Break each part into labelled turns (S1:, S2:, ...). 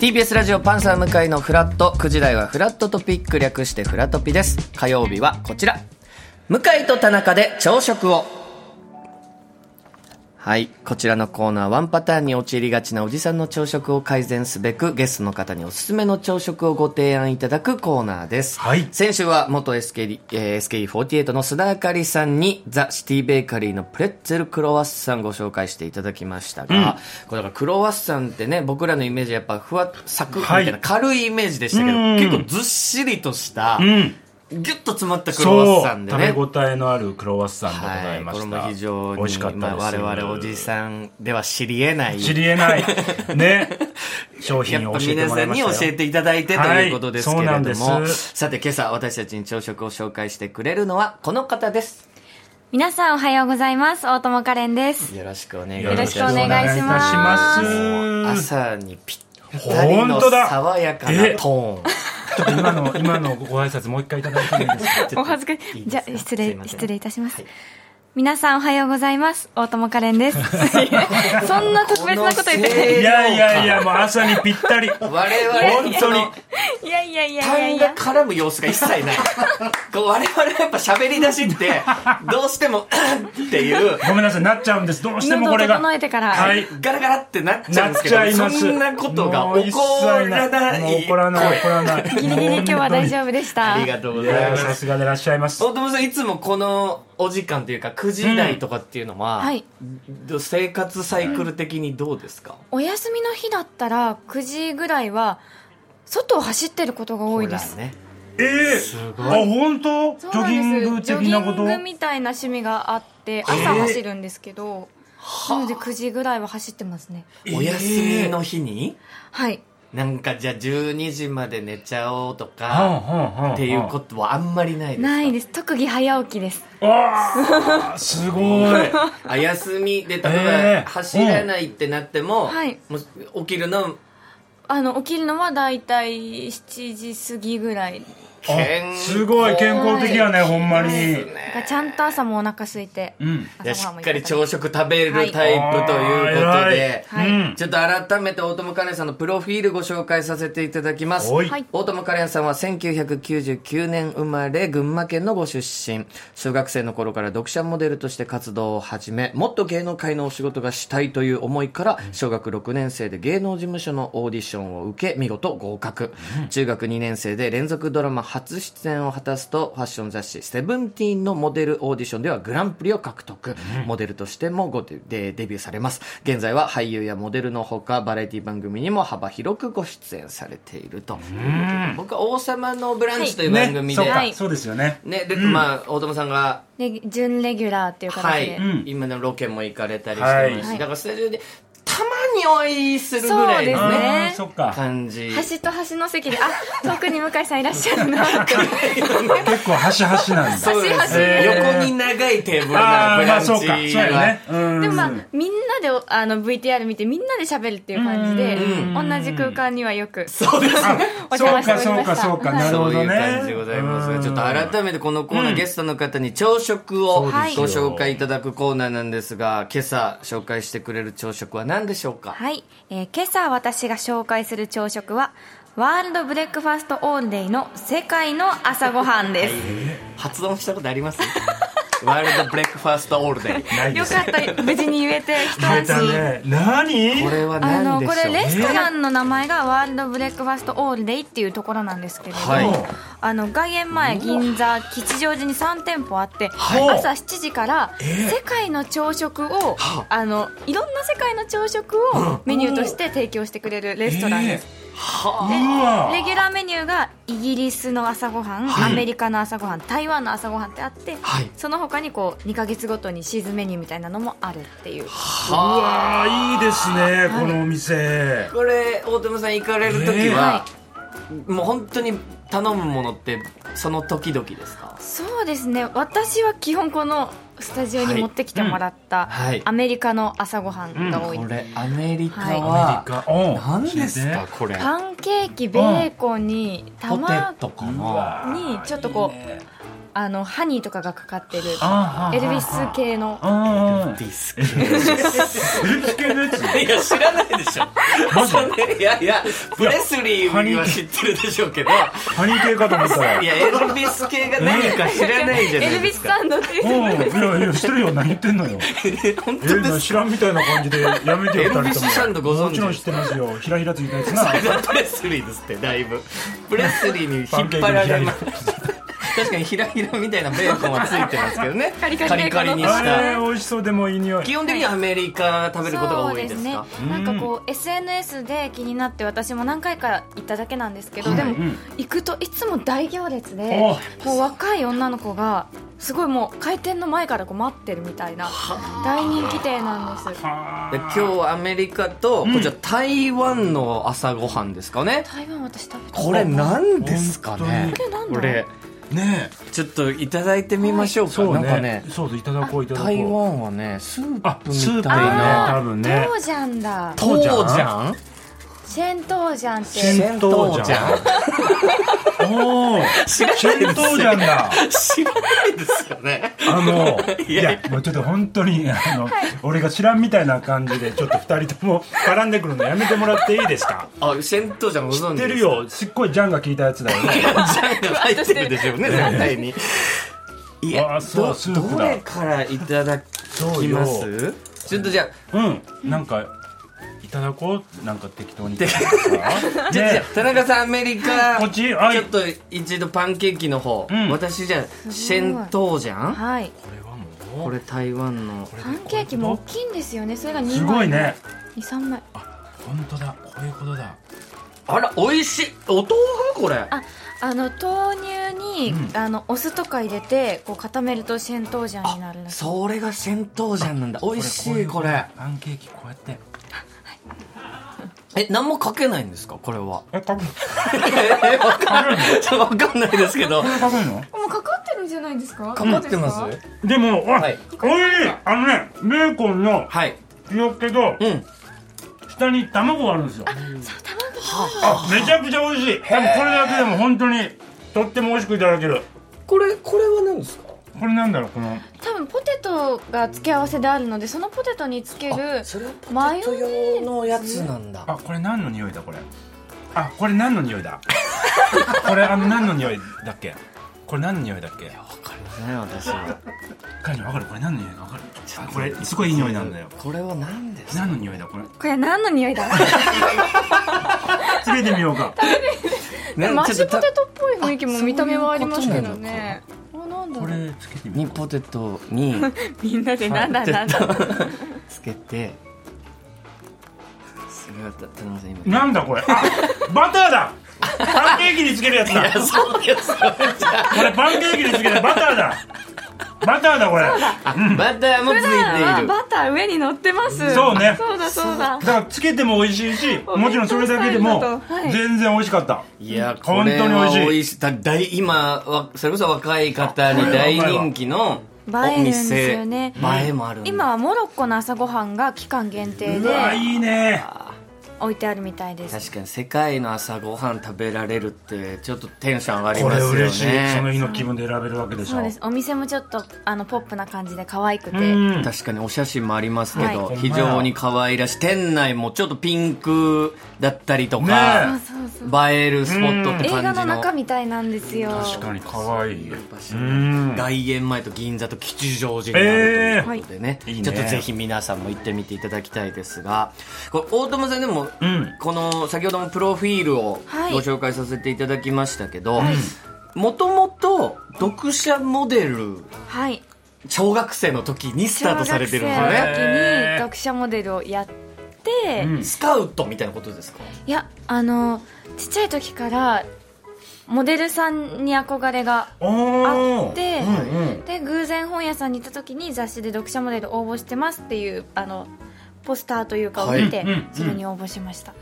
S1: TBS ラジオパンサー向井のフラット9時台はフラットトピック略してフラトピです火曜日はこちら向井と田中で朝食をはいこちらのコーナーワンパターンに陥りがちなおじさんの朝食を改善すべくゲストの方におすすめの朝食をご提案いただくコーナーです、
S2: はい
S1: 先週は元 SK、えー SKE48 の須田あかりさんにザ・シティベーカリーのプレッツェルクロワッサンご紹介していただきましたが、これだからクロワッサンってね僕らのイメージはやっぱふわっサクッみたいな、
S2: はい
S1: 軽いイメージでしたけど
S2: うん
S1: 結構ずっしりとした、
S2: ん
S1: ギュッと詰まったクロワ
S2: そ
S1: ッ
S2: う
S1: サンでね
S2: 食べ応えのあるクロワッサンでございました、
S1: はい、これも非常に
S2: 美味しかったです、
S1: まあ我々おじさんでは知り得ない
S2: 知り得ないね 商品
S1: やっ
S2: を
S1: ぱ
S2: 教えて
S1: 皆
S2: も
S1: さ
S2: らい
S1: ん
S2: ま
S1: に
S2: し
S1: 教
S2: たよ
S1: えていただいてということですけれども、
S2: はいそうなんです
S1: さて今朝私たちに朝食を紹介してくれるのはこの方です
S3: 皆さんおはようございます。大友カレンです。
S1: よろしくお願いい
S3: よ
S1: た
S3: ろ
S1: し
S3: し
S1: ま
S3: くお
S1: す
S3: 願いしま
S2: よ
S3: す
S2: ろしくお願いいたします
S1: 朝にぴったりの
S2: 本当だ
S1: 爽やかなトーン
S2: ちょっと今の今のご挨拶もう一回いただいてもいいですか
S3: お恥ずかし
S1: いい
S3: い。
S1: ですか
S3: じゃあ、失
S1: すい
S3: 礼
S1: ま、せん
S3: 失礼いたします。
S1: はい
S3: 皆さんおはようございます。大友カレンです。そんな特別なこと言ってない
S2: いやいやいやもう朝にぴったり本
S1: 我々
S2: 当に
S3: いやいやいやいや
S1: 痰
S3: い
S1: が
S3: や。
S1: 絡む様子が一切ない こう我々やっぱ喋り出 しってどうしても っていう
S2: ごめんなさいなっちゃうんですどうしても
S3: 喉
S2: こ
S3: を
S2: れが
S3: 整えてから。
S2: はい
S1: ガラガラってなっちゃうんですけ
S2: なっちゃい
S1: ど
S2: ます
S1: そんなことが
S2: もう
S1: 起
S2: 一
S1: こ
S2: 切
S1: ら
S2: ない
S1: な
S2: もう
S1: い
S2: 怒らない怒らない
S3: ギリギリ今日は大丈夫でした。
S1: ありがとうご
S2: い
S1: ざい
S2: や
S1: ま
S2: さ
S1: す
S2: すがでいらっしゃいます
S1: 大友さんいつもこのお時間というか9時台とかっていうのは、
S3: うんはい
S1: ど生活サイクル的にどうですか、
S3: お休みの日だったら、9時ぐらいは、外を走ってることが多いです。
S1: ほらね
S2: ええあ本当ジ
S3: そう
S2: ョ
S3: な
S2: ギン
S3: ん
S2: グ
S3: です
S2: 的なこ
S3: ジョギン
S2: と
S3: グみたいな趣味があって朝走るんですけど、なので9時ぐらいは走ってますね
S1: お休みの日に
S3: はい
S1: なんかじゃあ12時まで寝ちゃおうと
S2: はん
S1: か、
S2: はんはんはん
S1: っていうことはあんまりないですか
S3: ないです特技早起きです
S2: わあす ごい
S1: あ休みで例え
S2: えー
S1: ば走らないってなっても,、
S3: はい
S1: もう起きるの
S3: あの起きるのは大体7時過ぎぐらい
S1: 健
S2: あ
S1: 康
S2: すごい健康的やねほんまに
S3: ちゃんと朝もお腹空いて、
S2: うん
S1: じゃあし
S3: 朝ごはんも
S1: っ
S3: い
S1: か
S3: ただ
S1: り
S3: いて
S1: 朝食食べるタイプということで、
S3: はい
S2: うん
S1: ちょっと改めて大友カレンさんのプロフィールご紹介させていただきます。
S2: おい
S3: はい
S1: 大友カレンさんは1999年生まれ、群馬県のご出身。小学生の頃から読者モデルとして活動を始め、もっと芸能界のお仕事がしたいという思いから、小学6年生で芸能事務所のオーディションを受け、見事合格。中学2年生で連続ドラマ初出演を果たすと、ファッション雑誌、セブンティーンのモデルオーディションではグランプリを獲得。モデルとしてもごででデビューされます。現在は俳優やモデルのほか、バラエティ番組にも幅広くご出演されているということで。僕は王様のブランチという番組
S2: ね
S1: で、
S2: そうか
S3: はい
S2: そうですよね
S1: ね、で、まあ、大友さんが、
S3: で準レギュラーっていう形
S1: は
S3: で、
S1: い、
S2: ん
S1: 今のロケも行かれたりしてますし、
S3: はい
S1: だからスタジオで、たまにお会いするぐらい
S3: そう
S1: の
S3: ですね
S1: ね、
S2: あーそっか
S1: 感じ。
S3: 端と端の席であ遠くに向井さんいらっしゃるなって
S2: 結構端々なんだ
S1: そうです
S3: 端
S2: 々
S1: 横に長いテーブルな
S2: あ
S1: ブ
S2: あま
S1: ラン
S2: あ
S1: チ
S2: そうかそうや
S1: は
S2: ねうん
S3: でもまあ、みんなでおあの VTR 見てみんなで喋るっていう感じで同じ空間にはよく
S1: そうですね。
S3: お邪
S2: そう
S3: 魔してお
S2: か
S3: りま
S2: そうか
S3: した
S2: そうか
S3: はい
S2: なる
S1: そ
S2: ほ
S1: うい
S2: ど
S1: う
S2: ね
S1: 感じでございます
S2: う
S1: が、
S2: ん
S1: ちょっと改めてこのコーナー、ゲストの方に朝食をご
S3: はい
S1: 紹介いただくコーナーなんですが、今朝紹介してくれる朝食は何でしょうか
S3: はい、えー今朝私が紹介する朝食はワールドブレックファストオールデイの世界の朝ごはんです、
S1: 発音したことあります ワールドブレックファーストオールデイ。
S2: ないで
S3: よ
S2: す
S3: かった無事に言えて一
S2: 言え
S3: 安
S2: た
S3: 心、
S2: ね何
S1: これは
S3: あ
S1: 何
S3: の
S1: でし
S3: こ
S1: ょ
S3: れ
S1: う
S3: レストランの名前がワールドブレックファストオールデイっていうところなんですけれども、
S1: はい
S3: あの外苑前銀座吉祥寺に3店舗あって、
S2: い
S3: 朝7時から世界の朝食を、あのいろんな世界の朝食をメニューとして提供してくれるレストランです、
S2: は
S3: レギュラーメニューがイギリスの朝ごはん、アメリカの朝ごはん台湾の朝ごはんってあって、
S1: はい
S3: その他にこう2ヶ月ごとにシーズンメニューみたいなのもあるっていう
S2: うわーいいですねこのお店
S1: これ、大友さん行かれるときは、もう本当に頼むものって、その時々ですか
S3: そうですね私は基本このスタジオに持ってきてもらった、
S1: はいうん
S3: アメリカの朝ごはんが多い、
S1: これ、アメリカ
S2: ア
S1: は、
S2: メリカうん
S1: 何ですかこれ。
S3: パンケーキベーコンに
S1: ポテ
S3: 卵
S1: トかな
S3: にちょっとこうあのハニーとかがかかってる
S2: あーはーはー
S3: エルビス系の
S2: あ
S1: ディスケ
S2: あ。エルビス系のやつ
S1: いや、知らないでしょ。
S2: マジで
S1: いやいや、プレスリーは知ってるでしょうけど、い
S2: ハニー系かと思ったら。
S1: や、エルビス系が何か知らないじゃな
S3: エ
S1: いで
S3: ルビ
S1: す
S3: ス
S1: か。
S3: サンドっていう
S2: うん、いやいや、してるよ、何言ってんのよ。
S1: 本
S2: え
S1: 当で
S2: な
S1: す。
S2: 知らんみたいな感じでやめてよ、
S1: エルビスサンドご存知
S2: もちろん知ってますよ。ひらひらついたやつ な。
S1: プレスリーですって、だいぶ。プレスリーに引っ張られます。確かにヒラヒラみたいなベーコンはついてますけどね。
S3: カリカリベーコンの
S1: にし
S2: あ
S1: た。
S2: れ、美味しそうでもいい匂い。
S1: 基本的にはアメリカ食べることが多
S3: そう
S1: いん
S3: で
S1: ですす
S3: ね
S1: か。
S3: なんかこう SNS で気になって私も何回か行っただけなんですけど、でも行くといつも大行列で
S2: お
S3: こう若い女の子がすごいもう開店の前からこう待ってるみたいな大人気店なんです
S2: あ
S1: で今日はアメリカと、こちら台湾の朝ごはんですかね。
S3: 台湾私食べた
S1: これ何ですかね
S3: これなんだ
S1: こ
S2: ー
S1: れ
S2: ね
S1: ちょっといただいてみましょう
S2: え。
S1: か、
S2: そう
S1: なんか
S2: ね
S1: ね。
S2: そうでいただこう、いただこう。
S1: 台湾はねスー
S2: あ、
S1: プ
S2: スープ
S1: み
S2: ね、
S1: たいな
S2: 多分ね
S3: ト。ージャンだ
S1: トージャン
S3: シェントージャンって
S2: シェントージャンおお、シェン
S1: 知らないです
S2: トージャンだ。
S1: 知らないですよね
S2: あの、
S1: い
S2: い
S1: や
S2: や、もうちょっと本当に、あの、俺が知らんみたいな感じで、ちょっと二人とも絡んでくるのやめてもらっていいですか
S1: あシェントージャンご
S2: 知
S1: 存
S2: っ
S1: 知
S2: て
S1: です
S2: るよ、すっごいジャンが効いたやつだよ ね。
S1: ジャンが入ってるでしょうね絶対にいや
S2: あそう
S1: ど
S2: スープ
S1: ど
S2: だ
S1: れからいただ
S2: そう
S1: きま
S2: よ。
S1: すちょっとじゃ
S2: うん、なんか、いただこうなんか適 当に。ね
S1: あじゃあじゃあ田中さんアメリカ
S2: こっちはい
S1: ちょっと一度パンケーキの方
S2: ん
S1: 私じゃあシェントージャン
S3: はい
S2: これはもう、
S1: これ台湾の
S2: これ
S3: パンケーキも大きいんですよねそれが2枚
S2: すごいね。
S3: 23枚
S2: 本当だ、こういうことだ。
S1: あら美味しいお豆腐これ
S3: ああの豆乳に、あのお酢とか入れてこう固めるとシェントージャンになるんです
S1: それが戦闘じゃんなんだ美味しいこれ
S2: パンケーキこうやって。
S1: え何もかけないんですかこれは
S2: え、食べる
S1: えわかんないちょっとわかんないですけどか
S2: 食べるの
S3: もうかかってるんじゃないですか
S1: かってます
S2: でも、あ、
S1: はい
S2: おいしいあのね、ベーコンの
S1: はい
S2: 塩気と、
S1: うん
S2: 下に卵があるんですよ。
S3: そう卵
S2: あ、めちゃくちゃ美味しい。でもこれだけでも本当に、とっても美味しくいただける。
S1: これこれは何ですか
S2: これなんだろう、この。
S3: 多分ポテトが付け合わせであるのでそのポテトにつける
S1: それは
S3: マ
S1: ポ
S3: ヨ
S1: テト
S3: ネ
S1: 用のやつなんだ
S2: あ、これ何の匂いだ、これ。あ、これ何の匂いだ。 これ、あの、何の匂いだっけ。これ何の匂いだっけ。わかる。
S1: ね私は
S2: かる、わかる、これ何の匂いだ、わかる。あ、これ、すごいいい匂いなんだよ。
S1: これは何ですか
S2: 何の匂いだ、これ。
S3: これ何の匂いだ
S2: つけてみようか。
S1: ね
S3: マッ
S1: ち
S3: シ
S1: ょ
S3: ュ
S1: っと
S3: ポ
S1: た
S3: テトっぽい雰囲気も見た目はあります
S1: そ
S3: け
S1: う
S3: ど
S1: いうことな
S3: ねこれなんだ
S2: こ
S3: ろう
S2: れ、つけてみ
S1: に
S2: ようか。
S1: ポテトに
S3: みんなで なんだなんだ
S1: つけてすごい田中さん今
S2: なんだこれあバターだパンケーキにつけるやつだ
S1: そうですよ
S2: これパンケーキにつけるバターだバターだこれだ
S1: あバターもついてい
S3: あ
S1: る
S3: バター上に乗ってます
S2: そうね
S3: そうだそうだ
S2: からつけても美味しいし
S3: お弁当
S2: もちろんそれだけで
S3: スタイル
S2: も
S3: だとはい
S2: 全然美味しかった
S1: いや、こ
S2: 本
S1: れ
S2: 当に美
S1: は
S2: 味しい
S1: 美味しい。だ大今わ、それこそ若い方に大人気の
S3: 映える
S1: お
S3: んです
S1: 店。
S3: よね
S1: 映えもあるんだ。
S3: 今はモロッコの朝ごはんが期間限定
S2: う
S3: で
S2: わいいね
S3: 置いてあるみたいです
S1: 確かに世界の朝ごはん食べられるって、ちょっとテンション上がり
S2: こ
S1: ます
S2: れ
S1: よね。
S2: 嬉しいその日の気分で選べるわけでし
S3: そう
S2: ょ
S3: ですお店もちょっとあのポップな感じで可愛くて
S2: うん
S1: 確かにお写真もありますけど、
S2: はい
S1: 非常に可愛らしい店内もちょっとピンクだったりと
S2: ね
S1: か、
S3: そうそう
S1: 映えるスポットって
S3: 映
S1: 感じの
S3: 画の中みたいなんですよ
S2: 確かに可愛いうん
S1: 外苑前と銀座と吉祥寺にあるということでね,、
S2: えーはい
S1: ちょっとぜひ皆さんも行ってみていただきたいですがこれ大友さんでも、
S2: うん
S1: この先ほどもプロフィールを
S3: はい
S1: ご紹介させていただきましたけどもともと読者モデル
S3: はい
S1: 小学生の時にス
S3: 小
S1: タート
S3: 学
S1: さ
S3: 生
S1: れ
S3: の
S1: て
S3: 時
S1: るんですよね、
S3: に読者モデルをやって、
S2: うん
S1: スカウトみたいなことですか
S3: いやあのちっちゃい時からモデルさんに憧れが
S2: お
S3: あ
S2: ー
S3: って、
S2: うんうん
S3: で偶然本屋さんに行った時に雑誌で読者モデル応募してますっていうあのポスターというかを見て、
S2: はいうんうん
S3: それに応募しました、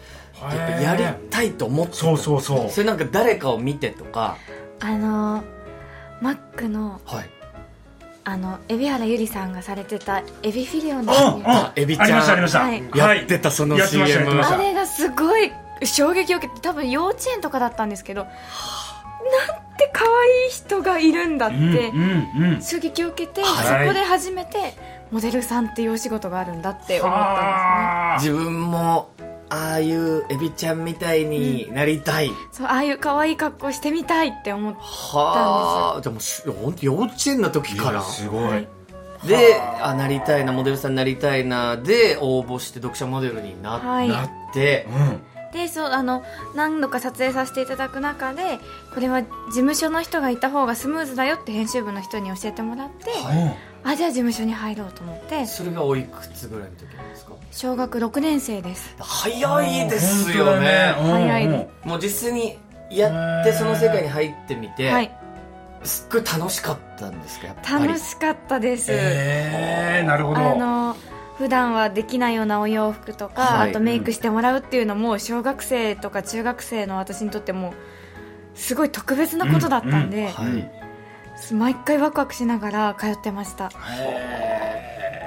S1: やっぱやりたいと思ってた
S2: そうそうそう
S1: それなんか誰かを見てとか
S3: あのマックの
S1: はい
S3: あの海老原ゆりさんがされてたエビフィレオンです
S2: うんうん
S3: ね
S1: あエビちゃん
S2: ありましたありました
S3: はい
S2: はい
S1: やってたその
S2: やってましたや
S1: CM
S2: ってまし
S3: あ
S2: た
S3: れがすごい衝撃を受けて多分幼稚園とかだったんですけどなんって可愛い人がいるんだって、
S2: うんうんうん
S3: 衝撃を受けて、
S2: はい
S3: そこで初めてモデルさんっていうお仕事があるんだって思ったん
S2: はあ
S1: 自分もああいうエビちゃんみたいになりたい、
S3: ですねそうああいう可愛い格好してみたいって思って
S1: はあでもしほんと幼稚園の時から
S2: すごい、
S3: はい
S1: であなりたいなモデルさんになりたいなで応募して読者モデルにな,、
S3: はい
S1: なって
S2: うん
S3: でそうあの何度か撮影させていただく中でこれは事務所の人がいた方がスムーズだよって編集部の人に教えてもらって、あじゃあ事務所に入ろうと思って
S1: それがおいくつぐらいの時なんですか
S3: 小学6年生です
S1: 早いですよね
S2: 本当だ
S3: 早い
S2: うんうん
S1: もう実際にやって
S2: へー
S1: その世界に入ってみて、
S3: はい
S1: すっごい楽しかったんですかやっぱり
S3: 楽しかったです、
S2: えー、なるほど
S3: あの普段はできないようなお洋服とか、
S1: はい
S3: あとメイクしてもらうっていうのも小学生とか中学生の私にとってもすごい特別なことだったんで、
S1: はい
S3: 毎回ワクワクしながら通ってました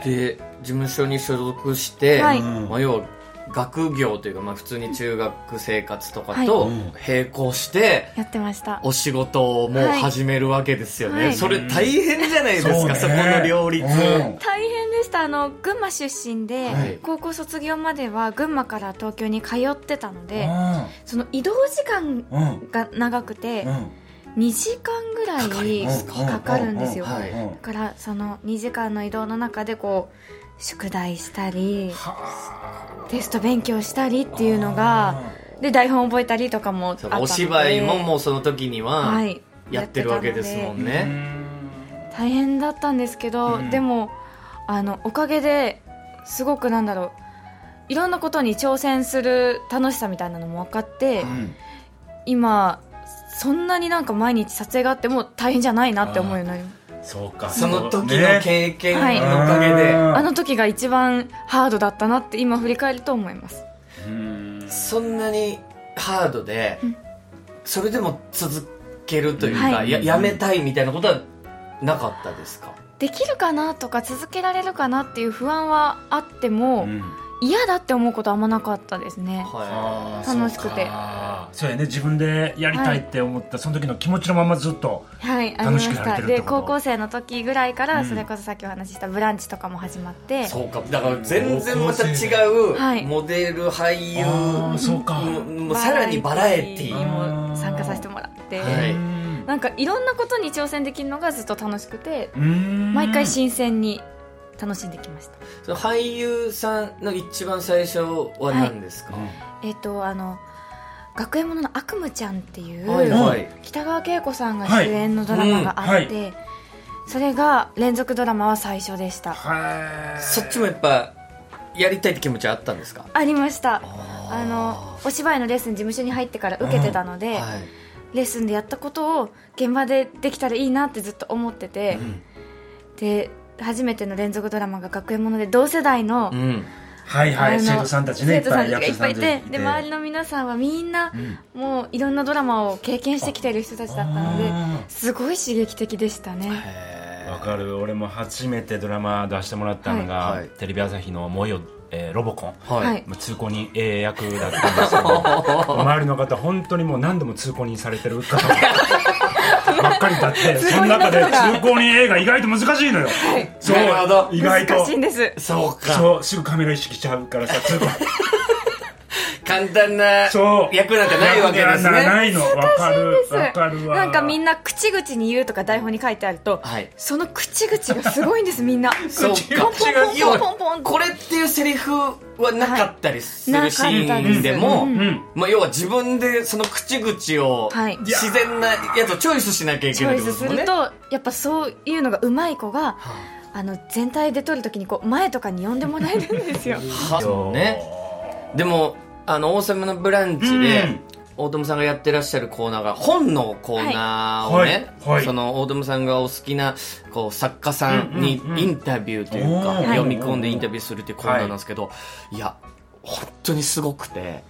S1: で事務所に所属して、
S3: はい
S1: まあ、要は学業というか、まあ、普通に中学生活とかと
S2: はいうん
S1: 並行して
S3: やってました
S1: お仕事をもう始めるわけですよね、
S3: はい
S1: それ大変じゃないですか、
S2: うね
S1: そこの両立、
S2: うん
S3: 大変でしたあの群馬出身で、
S1: はい
S3: 高校卒業までは群馬から東京に通ってたので、その移動時間
S2: うんうん
S3: が長くて、
S2: うん
S3: 2時間ぐらいかかるんですよ、
S1: うんうんうんはい
S3: だからその2時間の移動の中でこう宿題したりテスト勉強したりっていうのがで台本覚えたりとかもあった
S1: そ
S3: ので
S1: のお芝居ももうその時には
S3: はい
S1: やってるわけですもん
S2: う
S1: ね、
S2: ん
S3: 大変だったんですけど、
S2: うん
S3: でもあのおかげですごくなんだろういろんなことに挑戦する楽しさみたいなのも分かって、
S2: うん
S3: 今そんなになんか毎日撮影があっても大変じゃないなって思うようになりました
S2: そうか
S1: その時
S2: ね
S1: の経験
S3: はい
S1: のおかげで、
S2: うん
S3: あの時が一番ハードだったなって今振り返ると思います
S2: うん
S1: そんなにハードで、
S3: うん
S1: それでも続けるというか、
S3: はい
S1: ややめたいみたいなことはなかったですか
S3: できるかなとか続けられるかなっていう不安はあっても、嫌だって思うことあんまなかったですね
S1: は
S3: 楽しくて
S2: あーそうやね自分でやりたいって思った、その時の気持ちのままずっと
S3: はいありま
S2: 楽し
S3: し
S2: くやれ
S3: た
S2: てるってこと
S3: で高校生の時ぐらいから、
S2: うん
S3: それこそさっきお話しした「ブランチ」とかも始まって
S1: いそうかだから全然また違
S3: はいう
S1: モデル俳優、
S2: あーそうか、
S1: もうもうさらにバラエティー
S3: も参加させてもらって、
S1: はい
S2: うん
S3: なんかいろんなことに挑戦できるのがずっと楽しくて
S2: うん
S3: 毎回新鮮に楽しんできました
S1: その俳優さんの一番最初は何ですか、
S3: えっ、とあの学園ものの悪夢ちゃんっていう、
S1: はいはい、
S3: 北川景子さんが主演のドラマがあって、
S2: はいうん
S3: それが連続ドラマは最初でした
S2: はい
S1: そっちもやっぱやりたいって気持ちはあったんですか
S3: ありました
S1: あ
S3: あのお芝居のレッスン事務所に入ってから受けてたので、
S1: はい
S3: レッスンでやったことを現場でできたらいいなってずっと思ってて、で初めての連続ドラマが学園もので同世代の,、
S1: うん
S2: はい
S3: あ
S2: は
S3: の
S2: い生徒さんたちね
S3: 生徒さんたちがい
S2: 役
S3: っ
S2: 者
S3: ぱいい
S2: さん
S3: て
S2: たち
S3: で周りの皆さんはみんな、もういろんなドラマを経験してきてる人たちだったので
S2: あ
S3: すごい刺激的でしたね。
S1: へ
S2: ーわかる俺も初めてドラマ出してもらったのが、
S1: はいはい
S2: テレビ朝日の「もよ、えーロボコン」
S1: ーはい、
S3: はい
S2: まあ通行人 A 役だったんですけ ど周りの方本当にもう何度も通行人されてる方 ばっかりだって
S3: 通行人
S2: その中で
S3: の方が
S2: 通行人 A が意外と難しいのよ、そう
S1: なるほど
S2: 意外
S3: 難
S2: と
S3: しいんです
S1: そうか
S2: そうすぐカメラ意識しちゃうからさ通行
S1: 簡単な
S2: そう
S1: 役なんてないわけです
S2: なな
S1: ね
S2: いのわかるわかるわ
S3: なんかみん
S2: な
S3: な口々に言うとか台本に書いてあると、
S1: はい
S3: その口々がすごいんですみんな
S1: そう
S2: 口
S1: か
S2: が
S1: 要は
S3: ポンポンポンポンポン
S1: これっていうセリフはなかったりす
S3: は
S1: る
S3: い
S1: シーンでも、
S3: なかったで
S2: う
S3: す
S2: ん
S1: まあ、要は自分でその口々を
S3: はい
S1: 自然なやつをチョイスしなきゃいけ
S3: チ
S1: な
S3: ョ
S1: いっ
S3: イ
S1: てことです
S3: スす
S1: もんね
S3: るとやっぱそういうのがうまい子が
S1: は
S3: あの全体で撮るときにこう前とかに呼んでもらえるんですよ
S1: あはあねでもあの「王様のブランチで」
S2: うん
S1: 大友さんがやってらっしゃるコーナーが本のコーナーをね、
S2: はいはい
S1: その大友さんがお好きなこう作家さんに
S2: うんうんうん
S1: インタビューというか、
S2: おー
S1: 読み込んでインタビューするっていうコーナーなんですけど、い、や本当にすごくて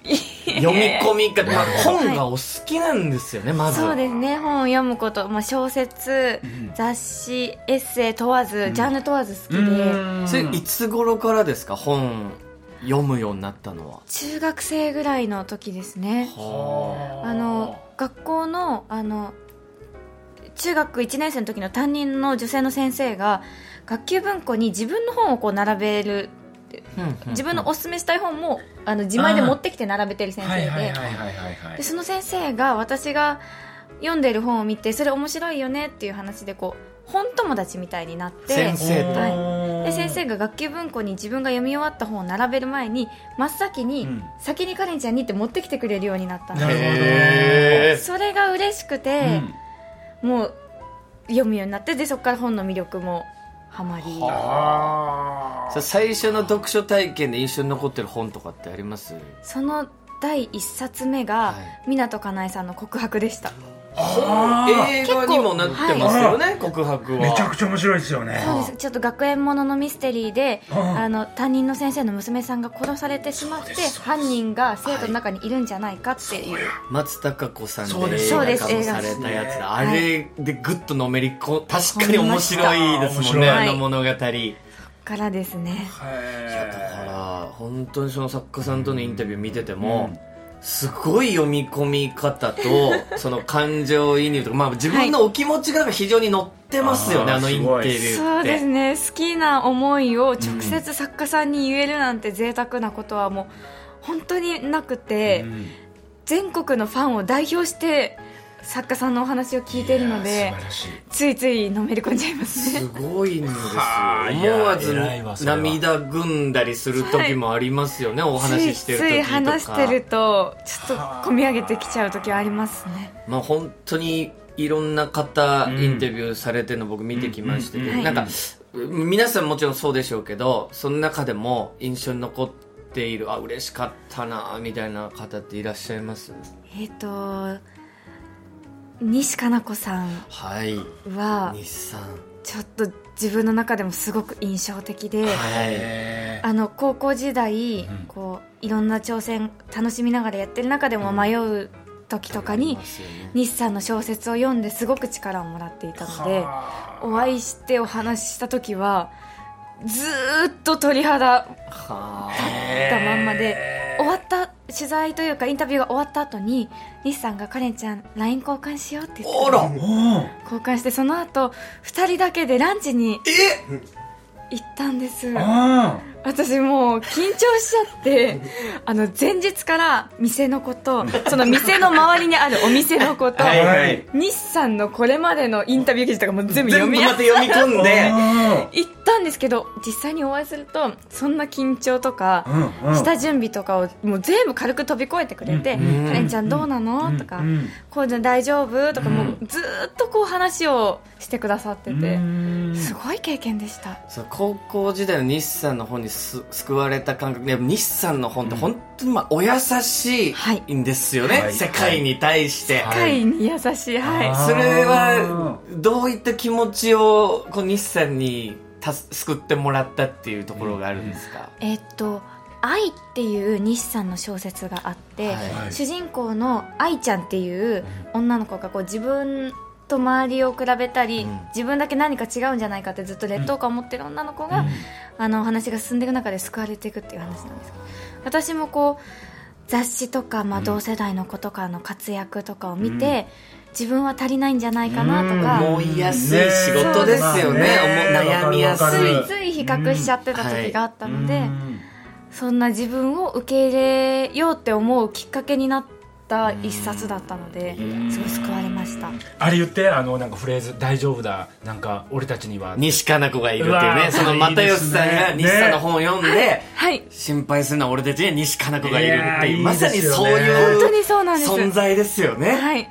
S1: 読み込みが、まあ、本がお好きなんですよねまず
S3: そうですね本を読むこと、まあ、小説、雑誌エッセイ問わずジャンル問わず好きで、
S1: それいつ頃からですか本読むようになったのは
S3: 中学生ぐらいの時ですねあの学校のあの中学1年生の時の担任の女性の先生が学級文庫に自分の本をこう並べる自分のおすすめしたい本もあの自前で持ってきて並べてる先生
S2: はいはい
S3: で
S2: はいはいはいは
S3: で
S2: い
S3: その先生が私が読んでる本を見てそれ面白いよねっていう話でこう本友達みたいになって
S1: 先生と
S3: はい、で先生が学級文庫に自分が読み終わった本を並べる前に真っ先に、
S2: うん
S3: 先にかりんちゃんにって持ってきてくれるようになったん
S2: な
S3: で
S2: る
S1: へ
S3: それが嬉しくて、もう読むようになってでそこから本の魅力もハマり
S2: あ
S1: ー最初の読書体験で印象に残ってる本とかってあります
S3: その第一冊目が、
S1: はい
S3: 湊かなえさんの告白でした
S1: 映画にもなってますよね、告白は
S2: めちゃくちゃ面白いですよね
S3: そうですちょっと学園もののミステリーで
S2: あ
S3: あの担任の先生の娘さんが殺されてしまって犯人が生徒の中にいるんじゃないかっていう
S1: 松たか子さんで
S2: そうです
S1: 映画化
S3: そうで
S1: も
S3: す
S1: されたやつ
S2: 映
S1: だ
S2: 画
S1: あれでぐっとのめりこ確かに面白いですもんね
S2: 面白い
S1: あの物語だから
S3: からですね
S2: は
S1: 本当にその作家さんとのインタビュー見てても、すごい読み込み方と その感情移入とか、まあ、自分のお気持ちがなんか非常に乗ってますよね、
S2: あー
S1: あのインタビューって
S3: そうですね好きな思いを直接作家さんに言えるなんて贅沢なことはもう本当になくて、
S2: いうん
S3: 全国のファンを代表して作家さんのお話を聞いている
S2: い
S3: の
S2: や
S3: で
S2: 素晴らしい
S3: ついついのめり込んじゃいますね
S1: すごいんですよ
S2: はあいや
S1: 思わず
S2: 偉いわそれは
S1: 涙ぐんだりする時もありますよね、お
S3: つ
S1: 話
S3: い
S1: ししてる
S3: つ
S1: 時と
S3: い
S1: か
S3: 話してるとちょっとこみ上げてきちゃう時はありますね
S1: まあ、本当にいろんな方、
S2: うん
S1: インタビューされてるの僕見てきまして、
S2: うん
S3: うんうん
S1: なんか、皆さんもちろんそうでしょうけどその中でも印象に残っているあ嬉しかったなみたいな方っていらっしゃいます
S3: えっ、と西加奈子さん
S1: はい
S3: は
S1: 日産
S3: ちょっと自分の中でもすごく印象的で、
S1: はい
S2: え
S3: あの高校時代、
S2: うん
S3: こういろんな挑戦楽しみながらやってる中でも迷う時とかに、
S1: ますよね
S3: 西さんの小説を読んですごく力をもらっていたので
S2: は
S3: お会いしてお話しした時はずーっと鳥肌
S1: は
S3: 立
S1: あ
S3: ったまんまで終わった取材というかインタビューが終わった後に西さんが「カレンちゃん LINE 交換しよう」って言って
S1: あら
S2: おー
S3: 交換してその後二人だけでランチに
S1: え
S3: 行ったんです
S2: あ
S3: 私もう緊張しちゃってあの前日から店のことその店の周りにあるお店のこと、
S1: は
S2: ー
S1: い
S2: はい
S3: 日産のこれまでのインタビュー記事とかも全部
S1: 全
S3: 読
S1: 部
S3: み上
S1: ま
S3: げ
S1: た読み込んで
S2: あ
S3: 行ったんですけど実際にお会いするとそんな緊張とか
S2: ーうんうん
S3: 下準備とかをもう全部軽く飛び越えてくれて「
S1: う
S3: カ
S1: ん
S3: レンちゃんどうなの?」とか
S2: うんうん
S3: 「こうじゃ大丈夫?」とかもう
S1: う
S3: ずーっとこう話をしてくださってて
S2: うん
S3: すごい経験でした
S1: そう高校時代の日産の本にす救われた感覚で日産の本って本当にまあお優しいんですよね、
S2: はい
S1: 世界に対して、
S3: 世界に優しいはい
S2: あー
S1: それはどういった気持ちをこう日産にたす救ってもらったっていうところがあるんですか、
S3: えっと「愛」っていう西さんの小説があって、
S1: はい
S3: 主人公の愛ちゃんっていう女の子がこう自分と周りを比べたり、
S1: うん
S3: 自分だけ何か違うんじゃないかってずっと劣等感を持ってる女の子が、
S2: うん
S3: あのお話が進んでいく中で救われていくっていう話なんですけど私もこう雑誌とか、まあ、同世代の子とかの活躍とかを見て、自分は足りないんじゃないかなとか、
S1: 思いやすい仕事ですよね
S2: ねえ
S1: 思う悩みやす
S2: わかるわ
S1: い
S2: かる
S3: つい比較しちゃってた時があったので。
S2: うん
S3: そんな自分を受け入れようって思うきっかけになった一冊だったので
S2: うん
S3: すごい救われました
S2: あれ言ってあのなんかフレーズ「大丈夫だ」なんか俺たちには
S1: 西加奈子がいるっ
S2: う
S1: ていう
S2: わ
S1: ね
S2: ー
S1: その
S2: いい
S1: 又
S2: で
S1: 吉
S2: すね
S1: さんが日産の本を読んで、
S3: はい
S1: 心配するのは俺たちには西加奈子がいるっていう
S2: いやー
S1: まさに
S2: いいです
S1: そ
S2: よ
S1: う
S2: ね
S3: 本当
S1: いう
S3: にそうなんです
S1: 存在ですよね、
S3: はい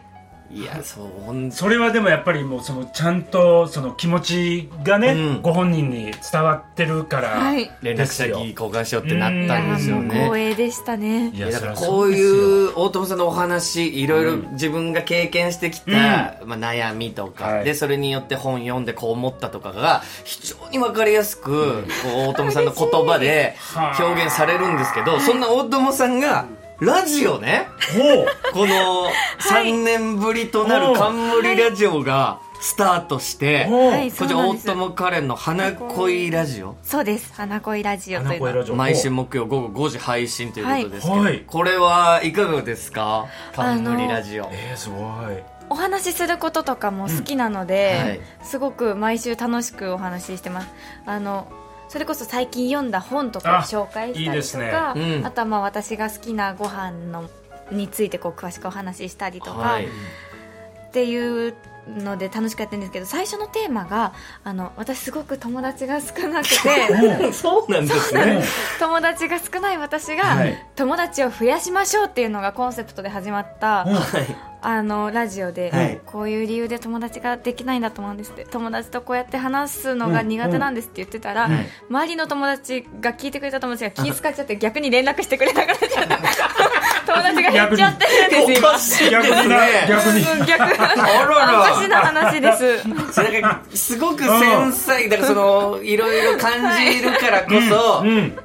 S1: いやそう本
S2: それはでもやっぱりもうそのちゃんとその気持ちがね、
S1: うん
S2: ご本人に伝わってるから、
S3: はい
S1: 連絡先交換しようってなったんですよ
S3: いやもう
S1: ね
S3: 光栄でしたね
S2: い
S1: いやだ
S2: そ
S1: か
S2: りゃ
S1: らこう
S2: ですよ
S1: いう大友さんのお話いろいろ自分が経験してきた、まあ、悩みとか、
S2: はい
S1: でそれによって本読んでこう思ったとかが非常に分かりやすく、こう大友さんの言葉で
S2: 嬉しい
S1: 表現されるんですけどそんな大友さんがラジオね
S2: おう
S1: この3年ぶりとなる冠ラジオがスタートして、
S2: おう
S3: はい
S1: こちら大友カレンの花恋ラジオ
S3: そうです花恋ラジオと
S2: 花
S3: いうの
S2: 恋ラジオ
S1: 毎週木曜午後5時配信ということですけど、
S2: はい
S1: これはいかがですか
S3: あの
S1: 冠ラジオ
S2: えー、すごい
S3: お話しすることとかも好きなので、
S1: うんはい
S3: すごく毎週楽しくお話ししてますあのそれこそ最近読んだ本とかを
S2: あ
S3: 紹介した
S2: いい
S3: り
S2: で
S3: と
S2: すね
S3: かあ
S1: うん
S3: とはまあ私が好きなご飯のについてこう詳しくお話ししたりとか、
S1: はい
S3: っていうので楽しくやってるんですけど最初のテーマがあの私すごく友達が少なくて
S1: そうなんですね。
S3: 友達が少ない私が、
S1: はい
S3: 友達を増やしましょうっていうのがコンセプトで始まった、
S1: はい。
S3: あのラジオで、
S1: はい
S3: こういう理由で友達ができないんだと思うんですって友達とこうやって話すのが苦手なんですって言ってたら、
S1: うんはい
S3: 周りの友達が聞いてくれた友達が気遣っちゃって逆に連絡してくれなくなっちゃった 友達が減っちゃってるんです今
S1: しい
S2: 逆にな逆に
S3: うん 逆
S1: あらら
S3: おかしな話です
S1: なんかすごく繊細だからそのいろいろ感じるからこそ、
S2: うん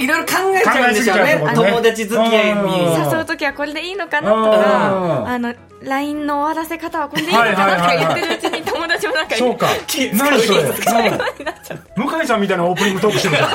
S1: いろいろ考えちゃうんでしょう
S2: 考えすぎちゃうと
S1: ね
S2: こね
S1: 友達付き合いに
S2: うん
S3: 誘う時はこれでいいのかなとか
S2: うん
S3: あの LINE の終わらせ方はこれでいいのかなとか言ってるうちに友達もなんか
S2: そうか
S1: 気遣う
S2: 何それ
S1: 気
S2: うん向井さんみたいなオープニングトークしてる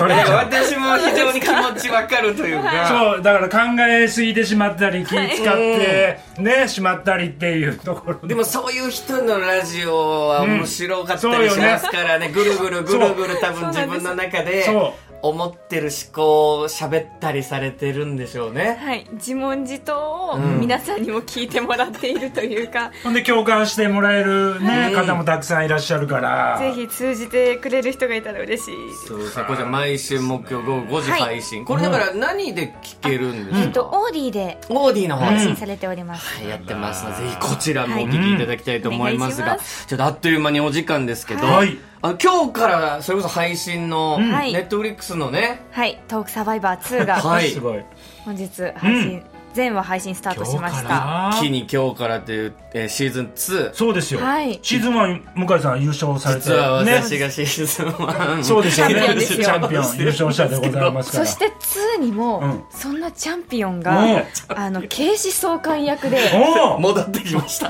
S2: じゃんあれ
S1: なんか私も非常に気持ちわかるというか
S2: そうだから考えすぎてしまったり気使ってねしまったりっていうところ
S1: でもそういう人のラジオは面白かったりしますからね,、ぐるぐるぐるぐる多分自分の中で
S2: そう
S1: 思ってる思考を喋ったりされてるんでしょうね
S3: はい、自問自答を皆さんにも聞いてもらっているというか、
S2: ほんで共感してもらえる、ね、
S1: うん
S2: 方もたくさんいらっしゃるから
S3: ぜひ通じてくれる人がいたら嬉しいです。
S1: そうさこちゃん毎週木曜午後5時配信、これだから何で聞けるんですか、
S3: えっと、オーディで
S1: オーディの方
S3: 配
S1: に
S3: 信されております。
S1: はいやってますので、ぜひこちらもお聞きいただきたいと思いますが、
S3: はいうんお願いしま
S1: ちょっとあっという間にお時間ですけど、
S2: はい
S1: あの今日からそれこそ配信の、
S2: ん
S1: ネットフリックスのね、
S3: はい、トークサバイバー2が
S1: はい
S2: すごい
S3: 本日配信、全話配信スタートしました。
S2: あー
S1: 木に今日からという、えーシーズン2、
S2: そうですよ、
S3: はい
S2: シーズン1向井さん優勝されて
S1: 実は私
S2: ね
S1: がシーズン1、
S2: そうですよね
S3: チャンピオンですよ
S2: チャンピオン優勝者でございますから
S3: そして2にも、
S2: うん
S3: そんなチャンピオン
S2: う
S3: が
S2: ん、
S3: あの、警視総監役で、
S2: おお
S1: 戻ってきました。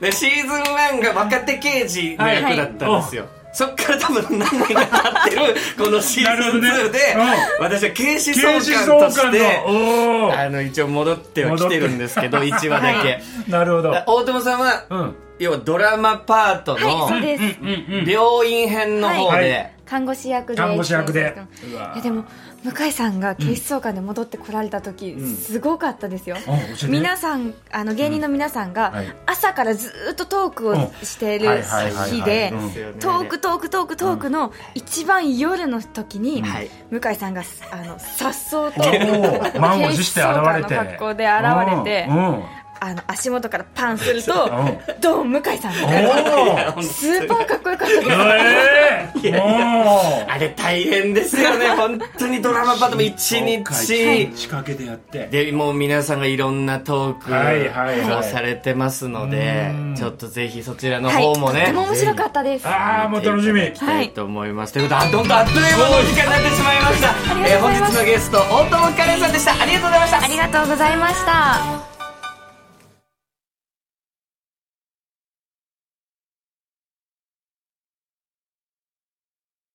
S1: で、シーズン1が若手刑事の役だったんですよ。そっから多分何年か経って る、このシーズン2で、
S2: なる
S1: 私は警視総
S2: 警
S1: 監
S2: 視総
S1: とし
S2: 監
S1: て、
S2: のお
S1: あの一応戻っては来てるんですけど1話だけ、
S2: おなるほど
S1: 大友さんは、
S2: うん
S1: 要はドラマパートの
S3: はい、そうです。
S2: うんうん
S1: 病院編の方で、
S2: はい
S3: 看護師役で
S2: 看護師役で
S3: いやでも向井さんが警視総監で戻ってこられた時、すごかったですよ、
S2: あ教えて
S3: 皆さんあの芸人の皆さん
S2: うんは
S3: が
S2: い
S3: 朝からずーっとトークをしてる日で
S2: うん
S3: トークトークトークトークの一番夜の時に、
S1: はい
S3: 向井さんがあの颯爽と
S2: おー満を持して現れて
S3: 警視総監の格好で現れて
S2: うんうん
S3: あの足元からパンすると
S2: ん
S3: ドン向井さん
S2: お
S3: が
S2: ー
S3: スーパーかっこよかったです
S2: ええも
S1: あれ大変ですよ ね本当にドラマパートも1日
S2: 仕掛けでやって
S1: でもう皆さんがいろんなトーク
S2: はいはいはい
S1: をされてますので、
S2: うん
S1: ちょっとぜひそちらの
S3: はい、
S1: 方
S3: と
S1: もね、
S3: ても面白かったです
S2: ああもう楽しみ
S1: 見ていただきたいと思います、ということであどんどんあっという間のお時間になってしまいました
S3: ありがとうござい
S1: えー
S3: ま
S1: 本
S3: す
S1: 日のゲスト大友花恋さんでしたありがとうございました
S3: ありがとうございました。